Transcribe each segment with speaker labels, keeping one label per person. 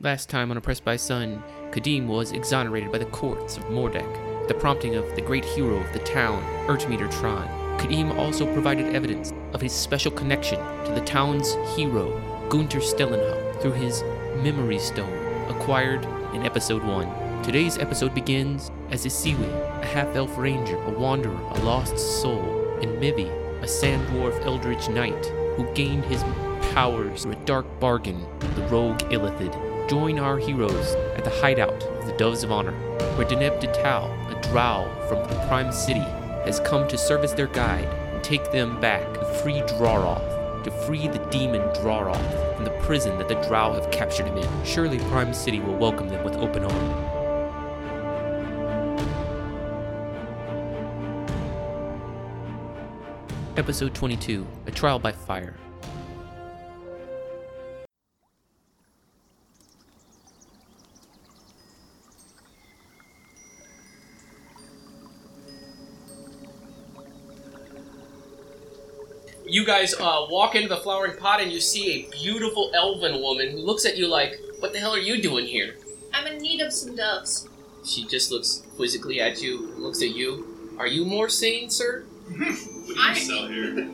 Speaker 1: Last time on Oppressed by Sun, Kadim was exonerated by the courts of Mordek, at the prompting of the great hero of the town, Ertmeter Tron. Kadim also provided evidence of his special connection to the town's hero, Gunther Stellenhaupt, through his memory stone, acquired in Episode 1. Today's episode begins as Isiwi, a half elf ranger, a wanderer, a lost soul, and Mivi, a sand dwarf eldritch knight who gained his powers through a dark bargain with the rogue Illithid. Join our heroes at the hideout of the Doves of Honor, where Deneb Detal, a drow from the Prime City, has come to serve as their guide and take them back to free Draroth, to free the demon Draroth from the prison that the drow have captured him in. Surely Prime City will welcome them with open arms. Episode 22 A Trial by Fire.
Speaker 2: you guys uh, walk into the flowering pot and you see a beautiful elven woman who looks at you like, "What the hell are you doing here?"
Speaker 3: I'm in need of some doves.
Speaker 2: She just looks quizzically at you, looks at you. Are you more sane, sir?
Speaker 4: What do you
Speaker 3: I-
Speaker 4: sell here?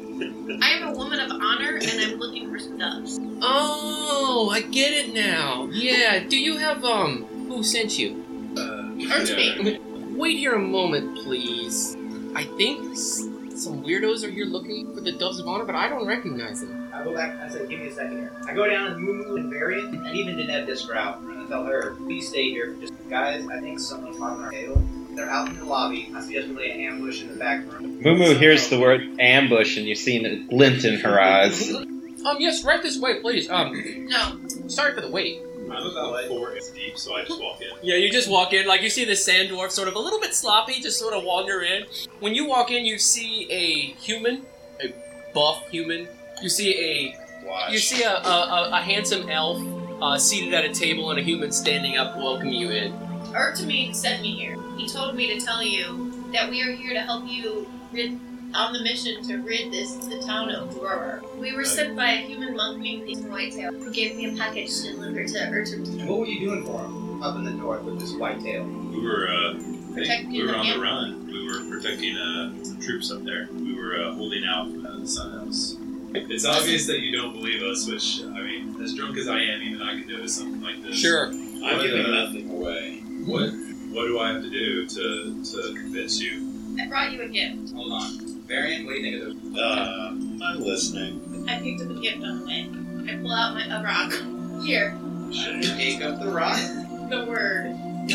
Speaker 3: I am a woman of honor and I'm looking for some doves.
Speaker 2: Oh, I get it now. Yeah. Do you have um? Who sent you?
Speaker 3: Earthbait.
Speaker 2: Wait here a moment, please. I think s- some weirdos are here looking for the doves of honor, but I don't recognize them.
Speaker 5: I go back. I say, give me a second here. I go down and Moo Moo and Varian, and even Deneb Discrow. And I tell her, please stay here. Just guys, I think someone's on our tail. They're out in the lobby. I suggest we lay an ambush in the back room.
Speaker 6: Mumu hears the word ambush and you see a glint in her eyes.
Speaker 2: Um, yes, right this way, please. Um,
Speaker 3: No.
Speaker 2: sorry for the wait.
Speaker 4: I'm about four inches deep, so I just walk in.
Speaker 2: Yeah, you just walk in, like you see the sand dwarf sort of a little bit sloppy, just sort of wander in. When you walk in, you see a human, a buff human. You see a
Speaker 4: Watch.
Speaker 2: you see a, a, a, a handsome elf uh, seated at a table and a human standing up welcoming you in.
Speaker 3: Ertamine sent me here. He told me to tell you that we are here to help you rid on the mission to rid this the town of Dror. We were sent by a human monk named Ethan Whitetail, who gave me a package to deliver to Ertamine.
Speaker 5: And what were you doing for him up in the north with this white tail?
Speaker 4: we were uh,
Speaker 3: Protecting
Speaker 4: we were
Speaker 3: the
Speaker 4: on
Speaker 3: camp.
Speaker 4: the run. We were protecting uh, some troops up there. We were uh, holding out from uh, the sunhouse. It's obvious that you don't believe us, which I mean, as drunk as I am, even I could notice something like this. I'm
Speaker 5: We're giving
Speaker 4: nothing away. What? What do I have to do to, to convince you?
Speaker 3: I brought you a gift.
Speaker 5: Hold on. Varian, what do you think of
Speaker 4: Uh, I'm listening.
Speaker 3: I picked up a gift on the way. I pull out my a rock. Here,
Speaker 5: this? You take up the rock,
Speaker 3: the word.
Speaker 5: and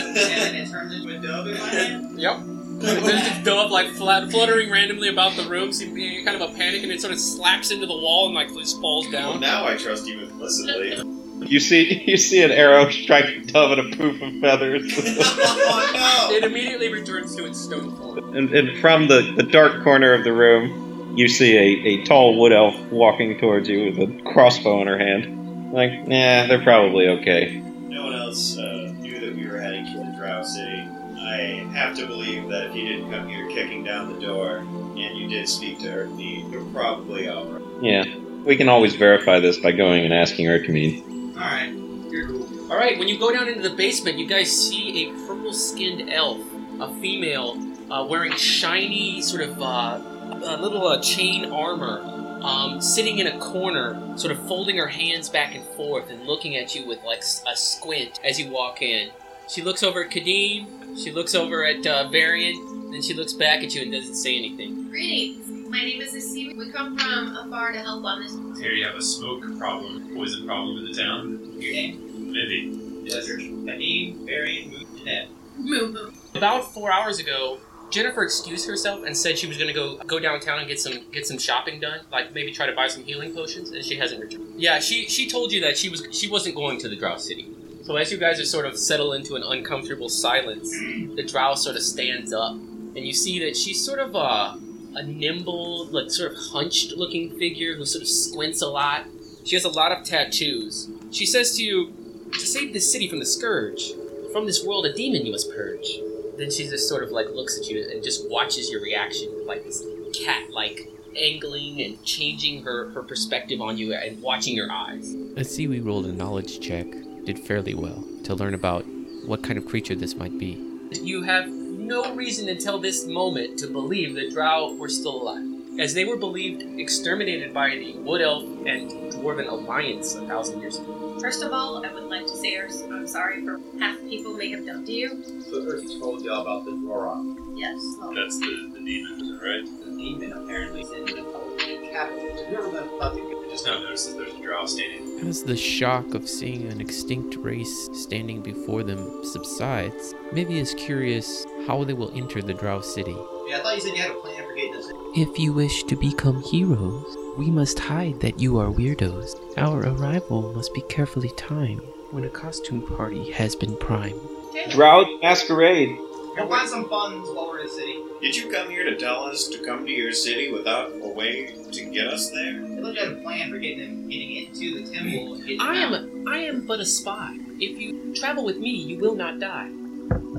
Speaker 5: it turns into a dove in my hand.
Speaker 2: Yep. There's this dove like flat, fluttering randomly about the room, seeming kind of a panic, and it sort of slaps into the wall and like just falls down.
Speaker 4: now I trust you implicitly.
Speaker 6: You see you see an arrow strike a dove and a poof of feathers.
Speaker 4: Oh,
Speaker 2: It immediately returns to its stone form.
Speaker 6: and, and from the, the dark corner of the room, you see a, a tall wood elf walking towards you with a crossbow in her hand. Like, nah, they're probably okay.
Speaker 7: No one else uh, knew that we were heading to the Drow City. I have to believe that if you didn't come here kicking down the door and you did speak to Earthmead, you're probably alright.
Speaker 6: Yeah. We can always verify this by going and asking Ertamine.
Speaker 5: Alright, you're cool.
Speaker 2: All right, when you go down into the basement, you guys see a purple-skinned elf, a female, uh, wearing shiny sort of uh, a little uh, chain armor, um, sitting in a corner, sort of folding her hands back and forth and looking at you with like s- a squint as you walk in. She looks over at Kadeem, she looks over at uh, Varian, then she looks back at you and doesn't say anything.
Speaker 3: Greetings. My name is Asiwi. We come from afar to help on this.
Speaker 4: Here you have a smoke problem, poison problem in the town.
Speaker 5: Your name?
Speaker 4: Maybe.
Speaker 5: Desert. Nadim, Varian, Moo, Deneb.
Speaker 3: Moo moo.
Speaker 2: About four hours ago, Jennifer excused herself and said she was going to go go downtown and get some get some shopping done, like maybe try to buy some healing potions, and she hasn't returned. Yeah, she she told you that she was she wasn't going to the Drow City. So as you guys are sort of settle into an uncomfortable silence, the Drow sort of stands up, and you see that she's sort of a a nimble, like sort of hunched looking figure who sort of squints a lot. She has a lot of tattoos. She says to you, "To save this city from the scourge, from this world a demon you must purge." Then she just sort of like looks at you and just watches your reaction with like this cat like angling and changing her, her perspective on you and watching your eyes.
Speaker 1: Asiwi rolled a knowledge check did fairly well to learn about what kind of creature this might be.
Speaker 2: You have no reason until this moment to believe that Drow were still alive, as they were believed exterminated by the Wood Elf and Dwarven Alliance a thousand years ago.
Speaker 3: First of all, I would like to say our- I'm sorry for half the people may have done to you.
Speaker 5: So Earth told y'all about the Dwarrock.
Speaker 3: Yes. well,
Speaker 4: That's the, the demon, right?
Speaker 5: The demon apparently is in the public capital. There's never been a public.
Speaker 4: I just now noticed that there's a drow standing.
Speaker 1: As the shock of seeing an extinct race standing before them subsides, Mivy is curious how they will enter the Drow City.
Speaker 5: Yeah, I thought you said you had a plan for getting us in.
Speaker 1: If you wish to become heroes, we must hide that you are weirdos. Our arrival must be carefully timed when a costume party has been primed.
Speaker 3: okay.
Speaker 6: Drow the Masquerade.
Speaker 5: We'll find some funds while we're in the city.
Speaker 7: Did you come here to tell us to come to your city without a way to get us there?
Speaker 5: They looked at a plan for getting him getting into the temple and getting
Speaker 2: I
Speaker 5: out.
Speaker 2: am I am but a spy. If you travel with me, you will not die.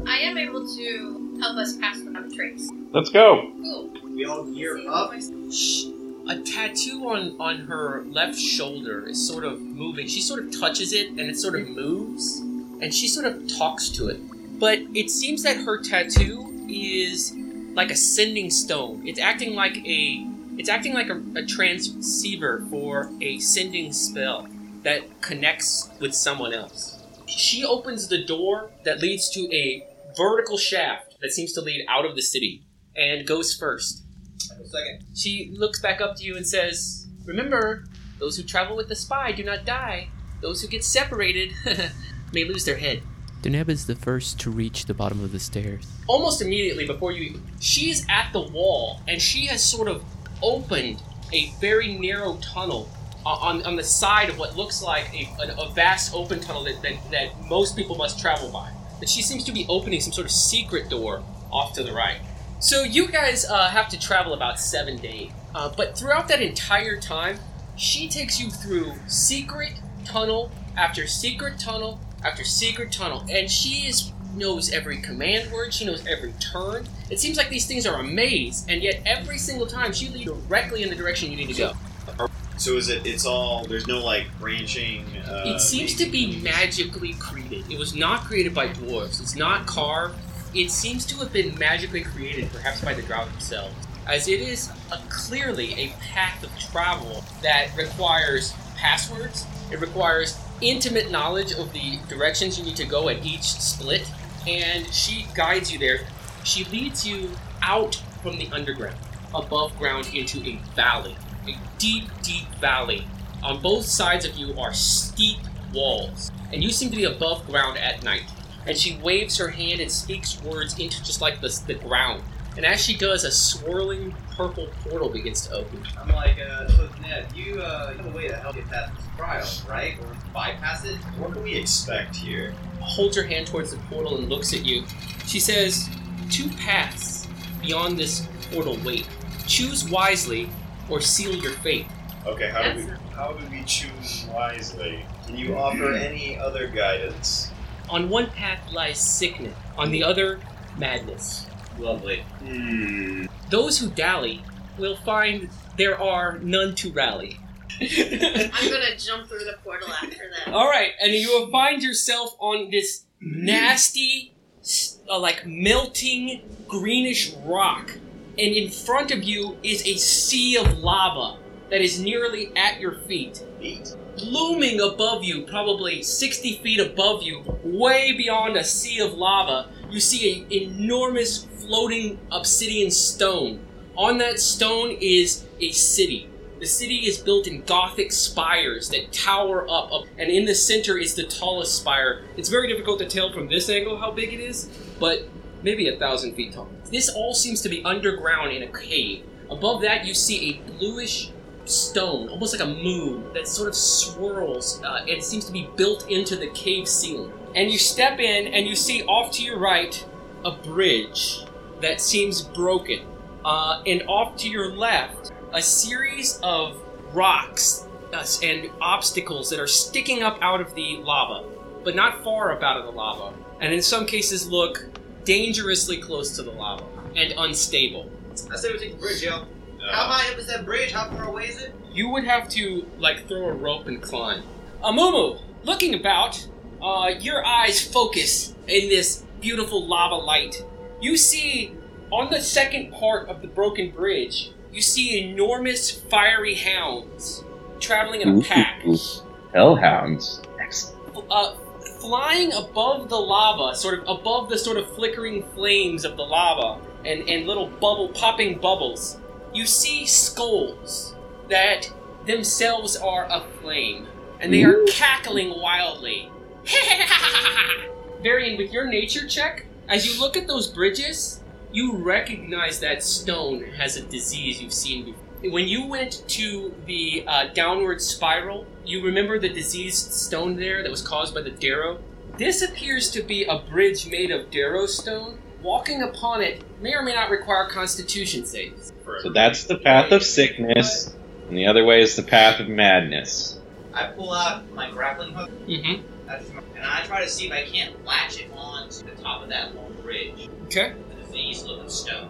Speaker 3: I am able to help us pass without a trace.
Speaker 6: Let's go.
Speaker 3: Cool.
Speaker 5: We all gear
Speaker 3: See,
Speaker 5: up.
Speaker 2: Shh. A tattoo on on her left shoulder is sort of moving. She sort of touches it and it sort of moves and she sort of talks to it. But it seems that her tattoo is like a sending stone. It's acting like a it's acting like a, a transceiver for a sending spell that connects with someone else. She opens the door that leads to a vertical shaft that seems to lead out of the city and goes first.
Speaker 5: Second.
Speaker 2: She looks back up to you and says, Remember, those who travel with the spy do not die. Those who get separated may lose their head.
Speaker 1: Deneb is the first to reach the bottom of the stairs.
Speaker 2: Almost immediately before you, she's at the wall and she has sort of opened a very narrow tunnel o- on, on the side of what looks like a, a, a vast open tunnel that, that, that most people must travel by. But she seems to be opening some sort of secret door off to the right. So you guys uh, have to travel about seven days, uh, but throughout that entire time, she takes you through secret tunnel after secret tunnel after secret tunnel, and she is knows every command word. She knows every turn. It seems like these things are a maze, and yet every single time she leads directly in the direction you need to go.
Speaker 7: So is it? It's all. There's no like branching. Uh,
Speaker 2: It seems to be magically created. It was not created by dwarves. It's not carved. It seems to have been magically created, perhaps by the drow themselves, as it is a, clearly a path of travel that requires passwords. It requires intimate knowledge of the directions you need to go at each split, and she guides you there. She leads you out from the underground, above ground, into a valley, a deep, deep valley on both sides of you are steep walls, and you seem to be above ground at night. And she waves her hand and speaks words into just like the, the ground. And as she does, a swirling purple portal begins to open.
Speaker 5: I'm like, uh, so Ned, you, uh, you have a way to help get past this trial, right? Or bypass it?
Speaker 7: What do we expect here?
Speaker 2: holds her hand towards the portal and looks at you. She says, Two paths beyond this portal wait. Choose wisely or seal your fate.
Speaker 7: Okay, how do we?
Speaker 3: That's-
Speaker 7: How do we choose wisely? Can you offer any other guidance?
Speaker 2: On one path lies sickness, on the other, madness.
Speaker 5: Lovely.
Speaker 7: Hmm.
Speaker 2: Those who dally will find there are none to rally.
Speaker 3: I'm gonna jump through the portal after that.
Speaker 2: All right, and you will find yourself on this nasty, s- uh, like melting greenish rock, and in front of you is a sea of lava that is nearly at your feet.
Speaker 7: Neat.
Speaker 2: Looming above you, probably 60 feet above you, way beyond a sea of lava, you see an enormous floating obsidian stone. On that stone is a city. The city is built in Gothic spires that tower up, up, and in the center is the tallest spire. It's very difficult to tell from this angle how big it is, but maybe a thousand feet tall. This all seems to be underground in a cave. Above that, you see a bluish stone, almost like a moon, that sort of swirls uh, and seems to be built into the cave ceiling. And you step in, and you see off to your right a bridge that seems broken. Uh, and off to your left, a series of rocks uh, and obstacles that are sticking up out of the lava, but not far up out of the lava, and in some cases look dangerously close to the lava and unstable.
Speaker 5: I say we take the bridge, yo. How
Speaker 7: Uh,
Speaker 5: about it was that bridge? How far away is it?
Speaker 2: You would have to like throw a rope and climb. Amumu, looking about, uh, your eyes focus in this beautiful lava light. You see on the second part of the broken bridge, you see enormous fiery hounds traveling in a pack,
Speaker 6: Ooh, hellhounds. Excellent.
Speaker 2: uh, flying above the lava, sort of above the sort of flickering flames of the lava, and, and little bubble popping bubbles. You see skulls that themselves are aflame, and they are cackling wildly. Varian, with your nature check, as you look at those bridges, you recognize that stone has a disease you've seen before. When you went to the uh, downward spiral, you remember the diseased stone there that was caused by the Darrow? This appears to be a bridge made of Darrow stone. Walking upon it may or may not require constitution saves.
Speaker 4: For
Speaker 6: So that's the path of sickness, and the other way is the path of madness.
Speaker 5: I pull out my grappling hook,
Speaker 2: Mm-hmm.
Speaker 5: that's my- and I try to see if I can't latch it on to the top of that long bridge,
Speaker 2: Okay.
Speaker 5: the disease-looking stone.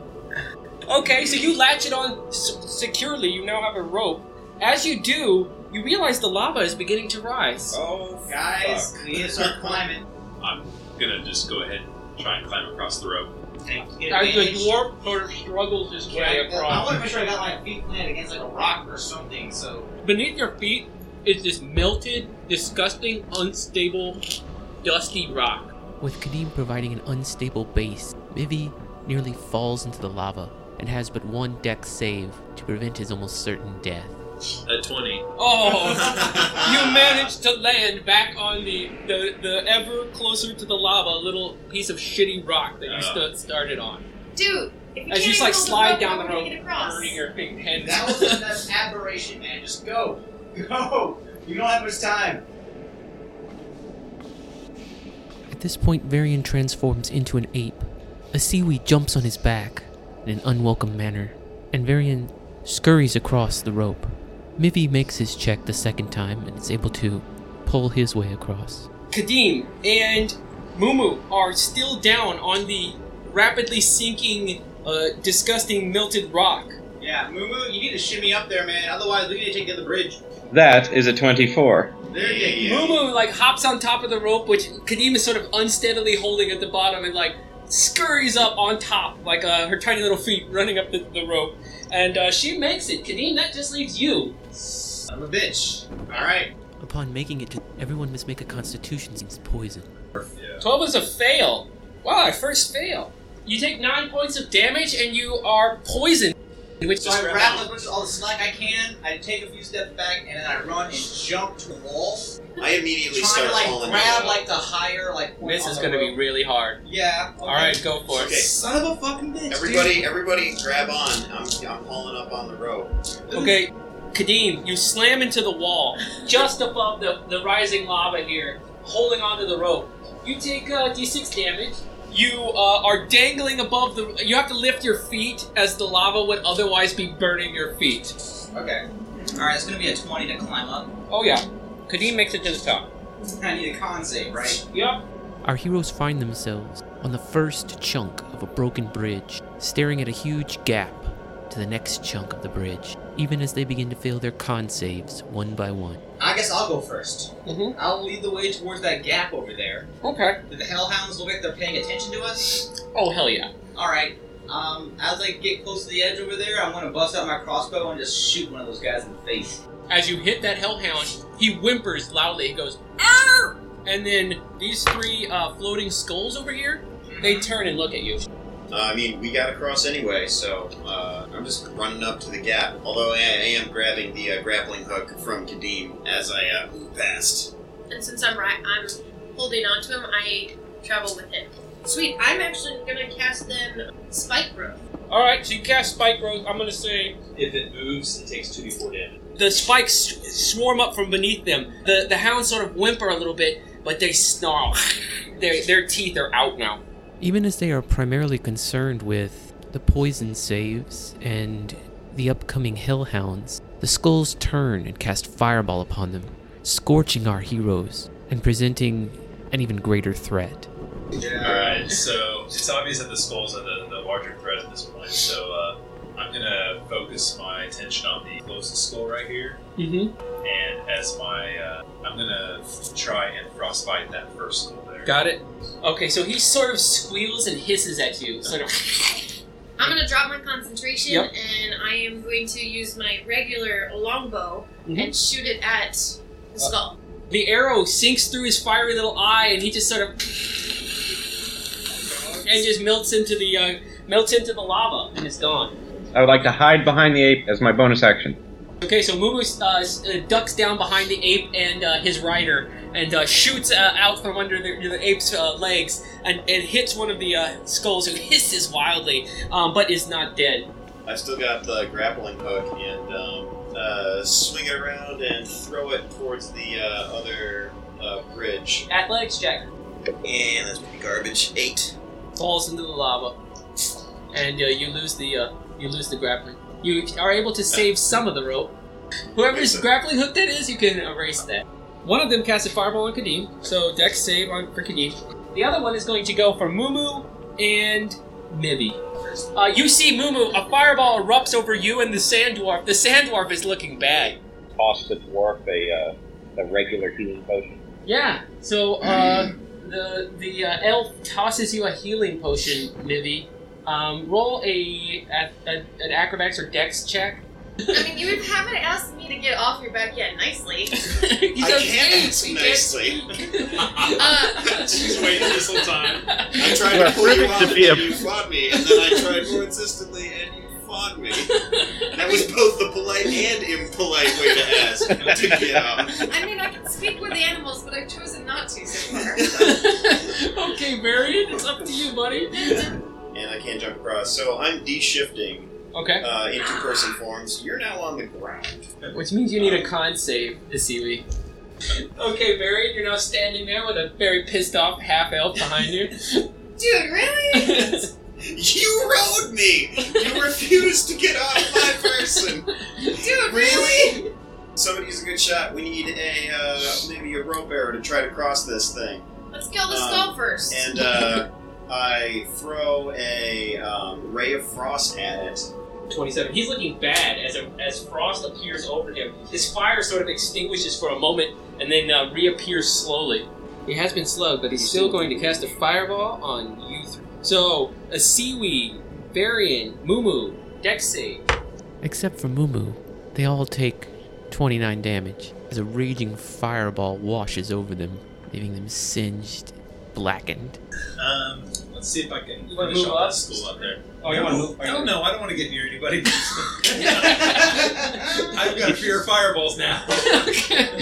Speaker 2: Okay, so you latch it on s- securely. You now have a rope. As you do, you realize the lava is beginning to rise.
Speaker 7: Oh,
Speaker 5: Guys, we need to start climbing.
Speaker 4: I'm gonna just go ahead and try and climb across the rope.
Speaker 5: Can I get
Speaker 2: As the
Speaker 5: advantage?
Speaker 2: dwarf sort of struggles his
Speaker 5: Can Oh, I,
Speaker 2: way
Speaker 5: I want
Speaker 2: across.
Speaker 5: to make sure I got my feet planted against like a rock or something, so
Speaker 2: Beneath your feet is this melted, disgusting, unstable, dusty rock.
Speaker 1: With Kadim providing an unstable base, Mivi nearly falls into the lava and has but one dex save to prevent his almost certain death.
Speaker 4: At 20.
Speaker 2: Oh, you managed to land back on the, the, the ever closer to the lava little piece of shitty rock that you stu- started on.
Speaker 3: Dude, if you
Speaker 2: As
Speaker 3: can't
Speaker 2: you just like
Speaker 3: hold
Speaker 2: slide
Speaker 3: rope,
Speaker 2: down
Speaker 3: how
Speaker 2: the
Speaker 3: can you
Speaker 2: rope,
Speaker 3: get across?
Speaker 2: burning your big hands.
Speaker 5: That was enough aberration, man. Just go. Go. You don't have much time.
Speaker 1: At this point, Varian transforms into an ape. A seaweed jumps on his back in an unwelcome manner, and Varian scurries across the rope. Mivi makes his check the second time and is able to pull his way across.
Speaker 2: Kadim and Mumu are still down on the rapidly sinking, uh, disgusting melted rock.
Speaker 5: Yeah, Moo Moo, you need to shimmy up there, man. Otherwise, we need to take the other bridge.
Speaker 6: That is a 24.
Speaker 5: There you
Speaker 7: Yeah.
Speaker 2: Mumu like hops on top of the rope, which Kadim is sort of unsteadily holding at the bottom, and like scurries up on top, like uh, her tiny little feet running up the, the rope, and uh, she makes it. Kadim, that just leaves you.
Speaker 5: go. I'm a bitch. All right.
Speaker 1: Upon making it to everyone must make a constitution against poison.
Speaker 2: Twelve is a fail. Wow, our first fail. You take nine points of damage, and you are poisoned. Which
Speaker 5: So I grab as much as all the slack I can. I take a few steps back and then I run and jump to the wall,
Speaker 7: I immediately
Speaker 5: trying
Speaker 7: start
Speaker 5: to like
Speaker 7: falling.
Speaker 5: grab
Speaker 7: down.
Speaker 5: like the higher like. point
Speaker 2: this
Speaker 5: on
Speaker 2: is
Speaker 5: the
Speaker 2: gonna be
Speaker 5: rope.
Speaker 2: really hard.
Speaker 5: Yeah.
Speaker 2: All right, go for it.
Speaker 7: Okay.
Speaker 5: Son of a fucking bitch. dude.
Speaker 7: everybody, everybody, grab on! I'm, I'm hauling up on the rope.
Speaker 2: Okay, Kadeem, you slam into the wall just above the, the rising lava here, holding onto the rope. You take uh, d6 damage. You uh, are dangling above the. You have to lift your feet as the lava would otherwise be burning your feet.
Speaker 5: Okay. All right, it's gonna be a twenty to climb up.
Speaker 2: Oh, yeah. Kadeem makes it to the top.
Speaker 5: I need a con save, right?
Speaker 2: Yep.
Speaker 1: Our heroes find themselves on the first chunk of a broken bridge, staring at a huge gap to the next chunk of the bridge, even as they begin to fail their con saves one by one.
Speaker 5: I guess I'll go first.
Speaker 2: Mm-hmm.
Speaker 5: I'll lead the way towards that gap over there.
Speaker 2: Okay.
Speaker 5: Do the hellhounds look like they're paying attention to us?
Speaker 2: Oh, hell yeah.
Speaker 5: All right. Um, as I get close to the edge over there, I want to bust out my crossbow and just shoot one of those guys in the face.
Speaker 2: As you hit that hellhound, he whimpers loudly. He goes, Arr! And then these three uh, floating skulls over here, they turn and look at you.
Speaker 7: Uh, I mean, we got across anyway, so uh, I'm just running up to the gap. Although I, I am grabbing the uh, grappling hook from Kadeem as I uh, move past.
Speaker 3: And since I'm right, I'm holding on to him. I travel with him. Sweet. I'm actually gonna cast then spike growth.
Speaker 2: All right, so you cast spike growth. I'm gonna say
Speaker 4: If it moves, it takes 2d4 damage.
Speaker 2: the spikes swarm up from beneath them. The the hounds sort of whimper a little bit, but they snarl. their their teeth are out now.
Speaker 1: Even as they are primarily concerned with the poison saves and the upcoming hellhounds, the skulls turn and cast fireball upon them, scorching our heroes and presenting an even greater threat.
Speaker 4: Alright, so it's obvious that the skulls are the, the larger threat at this point, so uh, I'm gonna focus my attention on the closest skull right here,
Speaker 2: Mm-hmm.
Speaker 4: and as my, uh, I'm gonna f- try and frostbite that first skull there.
Speaker 2: Got it. Okay, so he sort of squeals and hisses at you, sort of.
Speaker 3: I'm gonna drop my concentration
Speaker 2: Yep.
Speaker 3: and I am going to use my regular longbow
Speaker 2: Mhm.
Speaker 3: and shoot it at
Speaker 2: Uh.
Speaker 3: the skull.
Speaker 2: The arrow sinks through his fiery little eye, and he just sort of and just melts into the uh, melts into the lava, and it's gone.
Speaker 6: I would like to hide behind the ape as my bonus action.
Speaker 2: Okay, so Mumu uh, s- uh, ducks down behind the ape and uh, his rider, and uh, shoots uh, out from under the, the ape's uh, legs, and, and hits one of the uh, skulls, who hisses wildly, um, but is not dead.
Speaker 7: I've still got the grappling hook and um, uh, swing it around and throw it towards the uh, other uh, bridge.
Speaker 2: Athletics check
Speaker 8: And that's pretty garbage. Eight.
Speaker 2: falls into the lava, and uh, you lose the uh, you lose the grappling. You are able to save some of the rope. Whoever's grappling hook that is, you can erase that. One of them casts a fireball on Kadeem, so Dex save on for Kadeem. The other one is going to go for Mumu and Mibby. Uh, you see Mumu, a fireball erupts over you and the sand dwarf. The sand dwarf is looking bad.
Speaker 6: Toss the dwarf a, uh, a regular healing potion.
Speaker 2: Yeah. So uh, the the uh, elf tosses you a healing potion, Mivy. Um, roll a, a, a an acrobatics or dex check.
Speaker 3: I mean, you haven't asked me to get off your back yet nicely.
Speaker 2: He
Speaker 7: I
Speaker 2: does-
Speaker 7: can't
Speaker 2: he
Speaker 7: nicely.
Speaker 3: Uh,
Speaker 4: She's waiting this whole time.
Speaker 7: I tried
Speaker 6: We're
Speaker 7: to pull you
Speaker 6: proving to
Speaker 7: off and
Speaker 6: be a-
Speaker 7: you fought me, and then I tried more insistently and you fought me. That was both the polite and impolite way to ask to get out.
Speaker 3: I mean, I can speak with animals, but I've chosen not to so far.
Speaker 2: okay, Marion, it's up to you, buddy.
Speaker 7: And I can't jump across, so I'm de-shifting
Speaker 2: Okay,
Speaker 7: uh, into person forms. You're now on the ground.
Speaker 2: which means you need a con save to see me. Okay, Marion, you're now standing there with a very pissed off half elf behind you.
Speaker 3: Dude, really?
Speaker 7: You rode me. You refused to get off my person.
Speaker 3: Dude,
Speaker 7: Really? Somebody's a good shot. We need a uh, maybe a rope arrow to try to cross this thing.
Speaker 3: Let's kill the
Speaker 7: Um,
Speaker 3: skull first.
Speaker 7: And uh, I throw a um, ray of frost at it.
Speaker 2: 27. He's looking bad as, a, as frost appears over him. His fire sort of extinguishes for a moment and then uh, reappears slowly. He has been slugged, but he's still going to cast a fireball on you. Three. So, a seaweed, Varian, Mumu, Dexy.
Speaker 1: Except for Mumu, they all take 29 damage as a raging fireball washes over them, leaving them singed, blackened.
Speaker 4: Um, let's see if I can
Speaker 2: You wanna
Speaker 4: finish
Speaker 2: move
Speaker 4: off
Speaker 2: up?
Speaker 4: that skull up there.
Speaker 2: Oh, you want to move?
Speaker 4: I don't know. I don't want to get near anybody.
Speaker 2: okay.
Speaker 4: I've got a fear of fireballs now.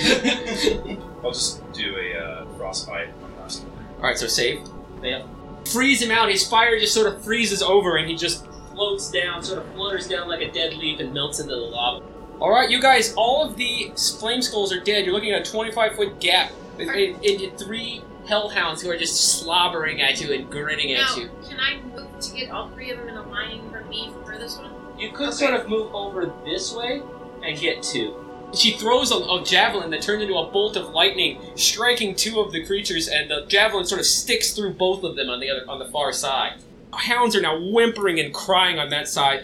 Speaker 4: I'll just do a uh, frostbite on the last one.
Speaker 2: Alright, so save. Yeah. Freeze him out. His fire just sort of freezes over and he just floats down, sort of flutters down like a dead leaf and melts into the lava. Alright, you guys, all of the flame skulls are dead. You're looking at a 25 foot gap in- in- into three hellhounds who are just slobbering at you and grinning
Speaker 3: now,
Speaker 2: at you.
Speaker 3: can I move to get all three of them in a line for me for this one?
Speaker 2: You could sort of move over this way and get two. She throws a, a javelin that turns into a bolt of lightning, striking two of the creatures, and the javelin sort of sticks through both of them on the other on the far side. Hounds are now whimpering and crying on that side.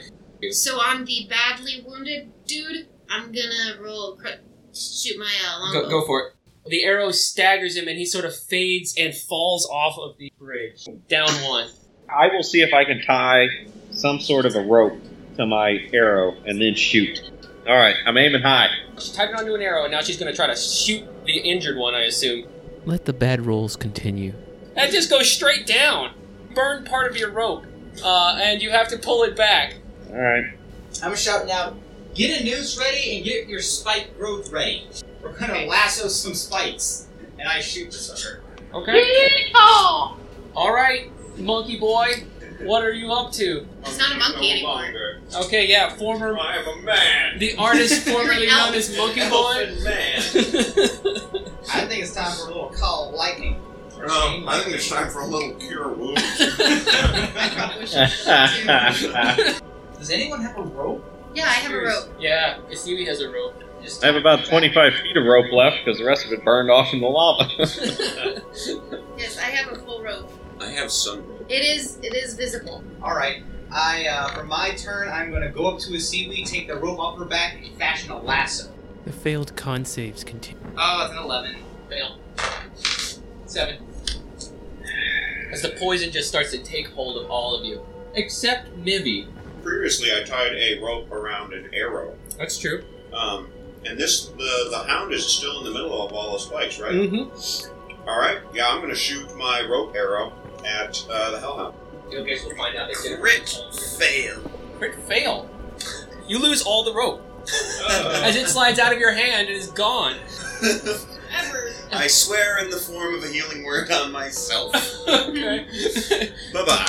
Speaker 3: So on the badly wounded dude, I'm gonna roll, cr- shoot my uh, longbow.
Speaker 2: Go, go for it. The arrow staggers him, and he sort of fades and falls off of the bridge. Down one.
Speaker 6: I will see if I can tie some sort of a rope to my arrow and then shoot. All right, I'm aiming high.
Speaker 2: She tied it onto an arrow, and now she's going to try to shoot the injured one. I assume
Speaker 1: Let the bad rolls continue.
Speaker 2: that just goes straight down. Burn part of your rope, uh, and you have to pull it back.
Speaker 6: All right.
Speaker 5: I'm shouting out, get a noose ready and get your spike growth ready. We're gonna lasso some spikes. And I shoot the sucker.
Speaker 2: Okay.
Speaker 3: Oh!
Speaker 2: All right, monkey boy, what are you up to?
Speaker 3: It's not a monkey anymore.
Speaker 2: Okay, yeah, former
Speaker 4: I am a man.
Speaker 2: the artist formerly
Speaker 3: You're an
Speaker 2: known as Monkey Boy.
Speaker 7: Elfin man.
Speaker 5: I think it's time for a little call of lightning.
Speaker 7: Um, I think it's time for a little cure wound.
Speaker 6: I
Speaker 5: Does anyone have a rope?
Speaker 3: Yeah, I have a rope.
Speaker 2: yeah, Kasumi has a rope.
Speaker 5: Just
Speaker 6: have about 25 feet of rope left because the rest of it burned off in the lava.
Speaker 3: Yes, I have a full rope.
Speaker 8: I have some.
Speaker 3: It is, it is visible.
Speaker 5: All right. I, uh, for my turn, I'm going to go up to a seaweed, take the rope off her back, and fashion a lasso.
Speaker 1: The failed con saves continue.
Speaker 5: Oh, it's an 11.
Speaker 2: Fail. Seven. As the poison just starts to take hold of all of you, except Mivy.
Speaker 7: Previously, I tied a rope around an arrow.
Speaker 2: That's true.
Speaker 7: Um, and this, the, the hound is still in the middle of all the spikes, right?
Speaker 2: Mm-hmm.
Speaker 7: All right. Yeah, I'm going to shoot my rope arrow at uh, the hellhound.
Speaker 2: You guys will find out that Jennifer-
Speaker 8: Crit fail.
Speaker 2: Crit fail. You lose all the rope as it slides out of your hand and is gone.
Speaker 3: Ever.
Speaker 7: I swear in the form of a healing word on myself.
Speaker 2: okay.
Speaker 7: Bye
Speaker 2: please, uh,
Speaker 7: bye.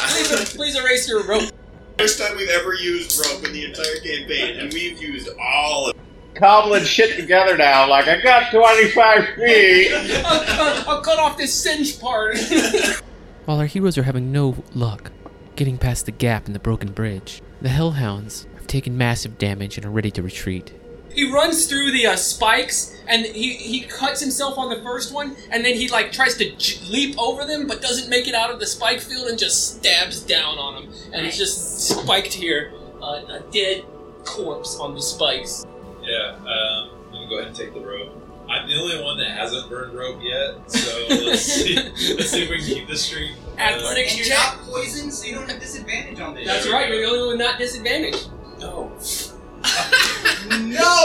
Speaker 2: please erase your rope.
Speaker 7: First time we've ever used rope in the entire campaign, and we've used all of
Speaker 6: Cobbling shit together now, like I got 25 feet.
Speaker 2: I'll, cut- Uh, I'll cut off this singe part.
Speaker 1: While our heroes are having no luck getting past the gap in the broken bridge, the Hellhounds have taken massive damage and are ready to retreat.
Speaker 2: he runs through the uh, spikes and he, he cuts himself on the first one and then he like tries to j- leap over them but doesn't make it out of the spike field and just stabs down on him and he's just spiked here uh, a dead corpse on the spikes
Speaker 4: Yeah, um, I'm gonna go ahead and take the rope. I'm the only one that hasn't burned rope yet, so let's see. let's see if we can keep this Uh, streak.
Speaker 2: Athletic-
Speaker 5: And you're not poisoned, so you don't have disadvantage on this.
Speaker 2: that's right you're the only one not disadvantaged
Speaker 4: no.
Speaker 5: No!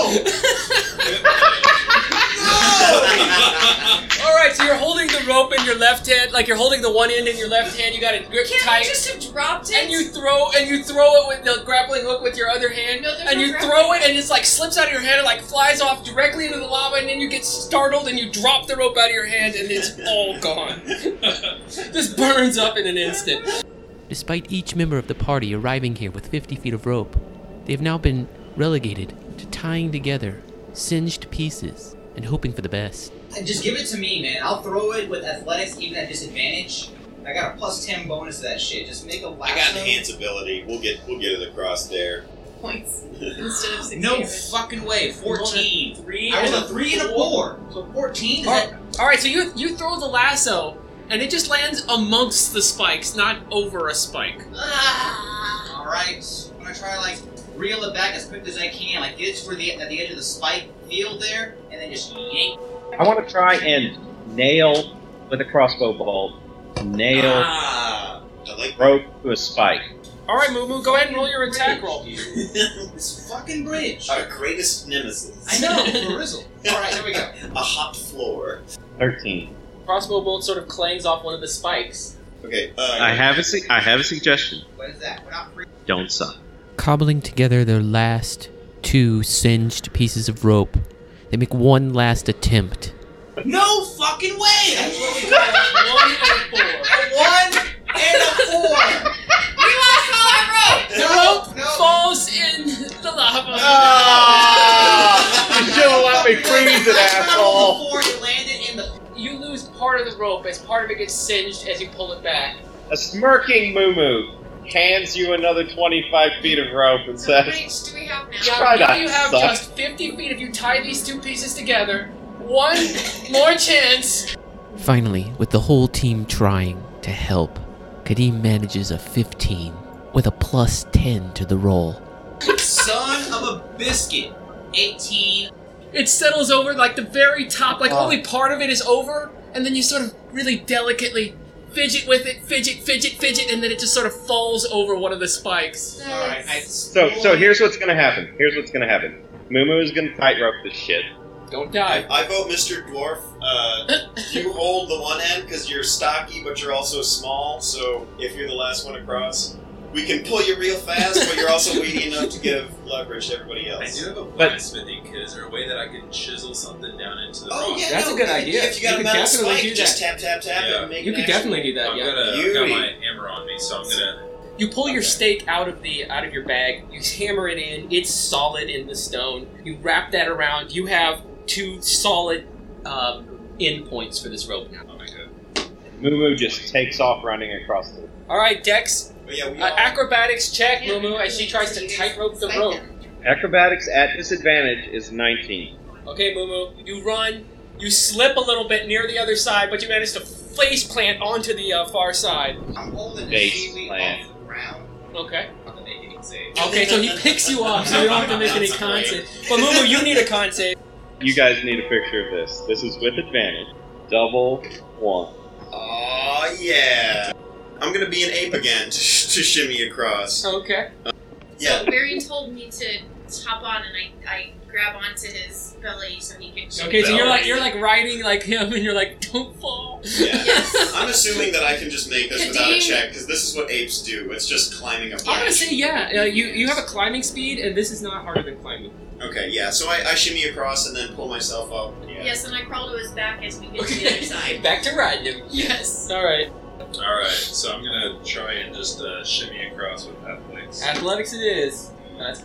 Speaker 2: all right so you're holding the rope in your left hand like you're holding the one end in your left hand you got it gripped
Speaker 3: Can't
Speaker 2: tight
Speaker 3: we just have dropped it?
Speaker 2: and you throw and you throw it with the grappling hook with your other hand
Speaker 3: No, there's
Speaker 2: and
Speaker 3: no
Speaker 2: you
Speaker 3: grappling
Speaker 2: throw it and it's like slips out of your hand and like flies off directly into the lava and then you get startled and you drop the rope out of your hand and it's all gone this burns up in an instant
Speaker 1: Despite each member of the party arriving here with 50 feet of rope, they have now been relegated to tying together singed pieces and hoping for the best.
Speaker 5: And just give it to me, man. I'll throw it with athletics, even at disadvantage. I got a plus 10 bonus to that shit. Just make a
Speaker 7: I
Speaker 5: lasso.
Speaker 7: got enhance ability. We'll get we'll get it across there.
Speaker 3: points instead of six.
Speaker 5: No
Speaker 3: damage.
Speaker 5: fucking way. 14.
Speaker 2: three
Speaker 5: I was a 3 and a 4. So 14 is
Speaker 2: All
Speaker 5: that
Speaker 2: right. all right so you you throw the lasso and it just lands amongst the spikes not over a spike
Speaker 3: Ah.
Speaker 5: Alright, I'm gonna try to like reel it back as quick as I can, like get it toward the at the edge of the spike field there, and then just yank.
Speaker 6: I want to try and nail with a crossbow bolt. Nail
Speaker 7: Ah, I like
Speaker 6: rope to a spike.
Speaker 2: all right Moo, go ahead and roll your attack roll
Speaker 5: This fucking bridge.
Speaker 7: our greatest nemesis.
Speaker 5: I know, for Rizzle. Alright, here we go.
Speaker 7: A hot floor.
Speaker 6: 13.
Speaker 2: crossbow bolt sort of clangs off one of the spikes
Speaker 7: Okay. Uh,
Speaker 6: I have a su- I have a suggestion.
Speaker 5: What is that? We're not free.
Speaker 6: Don't suck.
Speaker 1: Cobbling together their last two singed pieces of rope, they make one last attempt.
Speaker 5: No fucking way! That's what we
Speaker 2: One and
Speaker 5: got.
Speaker 2: four.
Speaker 5: A one and a four!
Speaker 3: We lost all our rope!
Speaker 2: The
Speaker 5: No,
Speaker 2: rope
Speaker 5: no.
Speaker 2: falls in the lava.
Speaker 6: Ah! You should've let me freeze it,
Speaker 5: I traveled
Speaker 6: asshole.
Speaker 5: Before it landed in the
Speaker 2: You lose part of the rope as part of it gets singed as you pull it back.
Speaker 6: A smirking moo moo hands you another 25 feet of rope and
Speaker 3: How
Speaker 6: says,
Speaker 3: much do we have now?
Speaker 2: Now,
Speaker 6: Try
Speaker 2: now
Speaker 6: not
Speaker 2: you
Speaker 6: to
Speaker 2: have
Speaker 6: suck.
Speaker 2: just 50 feet if you tie these two pieces together. One more chance.
Speaker 1: Finally, with the whole team trying to help, Kadim manages a 15 with a plus 10 to the roll.
Speaker 5: son of a biscuit. 18.
Speaker 2: It settles over like the very top, like
Speaker 5: Oh.
Speaker 2: only part of it is over, and then you sort of really delicately fidget with it, fidget, fidget, fidget, and then it just sort of falls over one of the spikes.
Speaker 5: Alright, I
Speaker 6: So, so here's what's gonna happen. Here's what's gonna happen. Moo Moo is gonna tightrope this shit.
Speaker 2: Don't
Speaker 7: I,
Speaker 2: die.
Speaker 7: I vote Mr. Dwarf. Uh, you hold the one end because you're stocky, but you're also small. So if you're the last one across, we can pull you real fast, but you're also weighty enough to give leverage to everybody
Speaker 4: I do
Speaker 7: else.
Speaker 4: have a blacksmithing kit. Is there a way that I can chisel something down into the
Speaker 7: Oh
Speaker 4: rock?
Speaker 7: yeah,
Speaker 2: That's
Speaker 7: no,
Speaker 2: a good
Speaker 7: if-
Speaker 2: idea.
Speaker 7: If you got
Speaker 2: You
Speaker 7: a
Speaker 2: could
Speaker 7: metal
Speaker 2: definitely
Speaker 7: spike,
Speaker 2: do
Speaker 7: just
Speaker 2: that.
Speaker 7: tap tap tap
Speaker 4: Yeah.
Speaker 7: and make.
Speaker 2: You
Speaker 7: an
Speaker 2: could
Speaker 7: action.
Speaker 2: definitely do that,
Speaker 4: I'm
Speaker 2: yeah.
Speaker 4: gonna I've got
Speaker 7: Beauty.
Speaker 4: my hammer on me, so I'm gonna.
Speaker 2: You pull your
Speaker 7: Okay.
Speaker 2: stake out of the out of your bag. You hammer it in. It's solid in the stone. You wrap that around. You have two solid um, end points for this rope now.
Speaker 4: Oh my god.
Speaker 6: Moo Moo just takes off running across the.
Speaker 2: All right, Dex.
Speaker 7: But yeah, we
Speaker 2: Uh,
Speaker 7: all,
Speaker 2: acrobatics check,
Speaker 3: Yeah,
Speaker 2: Mumu, as she tries to tightrope the
Speaker 3: Spike
Speaker 2: rope.
Speaker 3: them.
Speaker 6: Acrobatics at disadvantage is 19.
Speaker 2: Okay, Mumu. You run. You slip a little bit near the other side, but you manage to face plant onto the uh, far side.
Speaker 5: I'm holding the
Speaker 6: Base
Speaker 5: seaweed
Speaker 6: plan.
Speaker 5: off the ground.
Speaker 2: Okay.
Speaker 4: save.
Speaker 2: Okay, so he picks you up, so you don't have to make any con save. But Mumu, you need a con save.
Speaker 6: You guys need a picture of this. This is with advantage. Double one.
Speaker 7: Aw, yeah. I'm gonna be an ape again to, sh- to shimmy across.
Speaker 2: Okay.
Speaker 7: Yeah.
Speaker 3: Wearing told me to hop on, and I, I grab onto his belly so he can.
Speaker 2: Okay, so you're like you're like riding like him, and you're like, don't fall.
Speaker 7: Yeah.
Speaker 3: Yes.
Speaker 7: I'm assuming that I can just make this
Speaker 3: Good
Speaker 7: without a
Speaker 3: deed.
Speaker 7: check because this is what apes do. It's just climbing a branch.
Speaker 2: I'm gonna say yeah. Uh, you you have a climbing speed, and this is not harder than climbing.
Speaker 7: Okay, yeah. So I, I shimmy across and then pull myself up. Yeah.
Speaker 3: Yes, and I crawl to his back as we get to the other side.
Speaker 2: back to riding.
Speaker 3: Yes.
Speaker 2: All right,
Speaker 4: All right, so I'm gonna try and just uh, shimmy across with athletics.
Speaker 2: athletics it is. That's-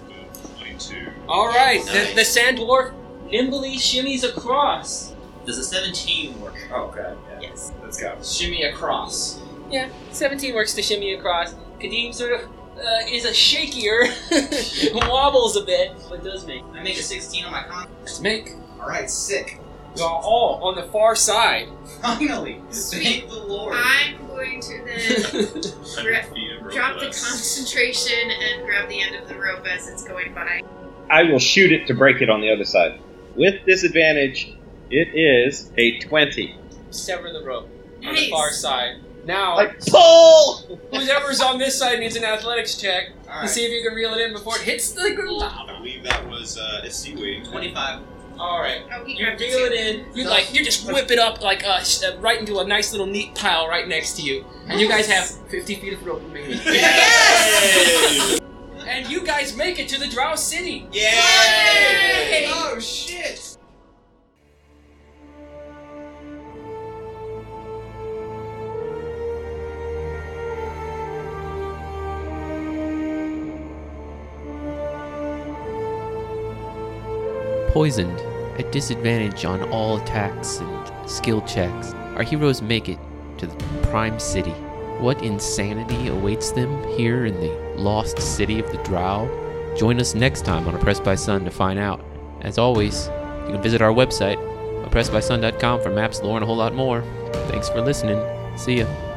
Speaker 4: Twenty-two.
Speaker 2: All right, the,
Speaker 7: Nice.
Speaker 2: the sand dwarf nimbly shimmies across.
Speaker 8: Does a 17 work?
Speaker 7: Oh god.
Speaker 2: Yes.
Speaker 7: Let's go.
Speaker 2: Shimmy across. Yeah, 17 works to shimmy across. Kadeem sort of uh, is a shakier, wobbles a bit, but does make.
Speaker 5: I make a 16 on my con.
Speaker 2: Let's make.
Speaker 5: Alright, sick.
Speaker 2: Y'all all on the far side.
Speaker 5: Finally. Thank the Lord.
Speaker 3: I'm going to then
Speaker 4: Hundred feet of rope
Speaker 3: drop the
Speaker 4: left.
Speaker 3: concentration and grab the end of the rope as it's going by.
Speaker 6: I will shoot it to break it on the other side. With disadvantage, it is a 20.
Speaker 2: Sever the rope on the
Speaker 3: Nice.
Speaker 2: far side. Now,
Speaker 6: Like, pull!
Speaker 2: whoever's on this side needs an athletics check to
Speaker 5: Alright.
Speaker 2: see if you can reel it in before it hits the ground.
Speaker 7: I believe that was uh, it's seaweed.
Speaker 5: 25.
Speaker 2: All right.
Speaker 3: Oh, he
Speaker 2: You
Speaker 3: grabbed
Speaker 2: reel it
Speaker 3: too.
Speaker 2: in. You like you just whip it up like uh, sh- uh, right into a nice little neat pile right next to you, and you guys have 50 feet of rope remaining.
Speaker 7: Yes!
Speaker 2: and you guys make it to the Drow City.
Speaker 7: Yay!
Speaker 5: Oh shit!
Speaker 1: Poisoned, at disadvantage on all attacks and skill checks, our heroes make it to the Prime City. What insanity awaits them here in the lost city of the Drow? Join us next time on Oppressed by Sun to find out. As always, you can visit our website, oppressedbysun.com, for maps, lore, and a whole lot more. Thanks for listening. See ya.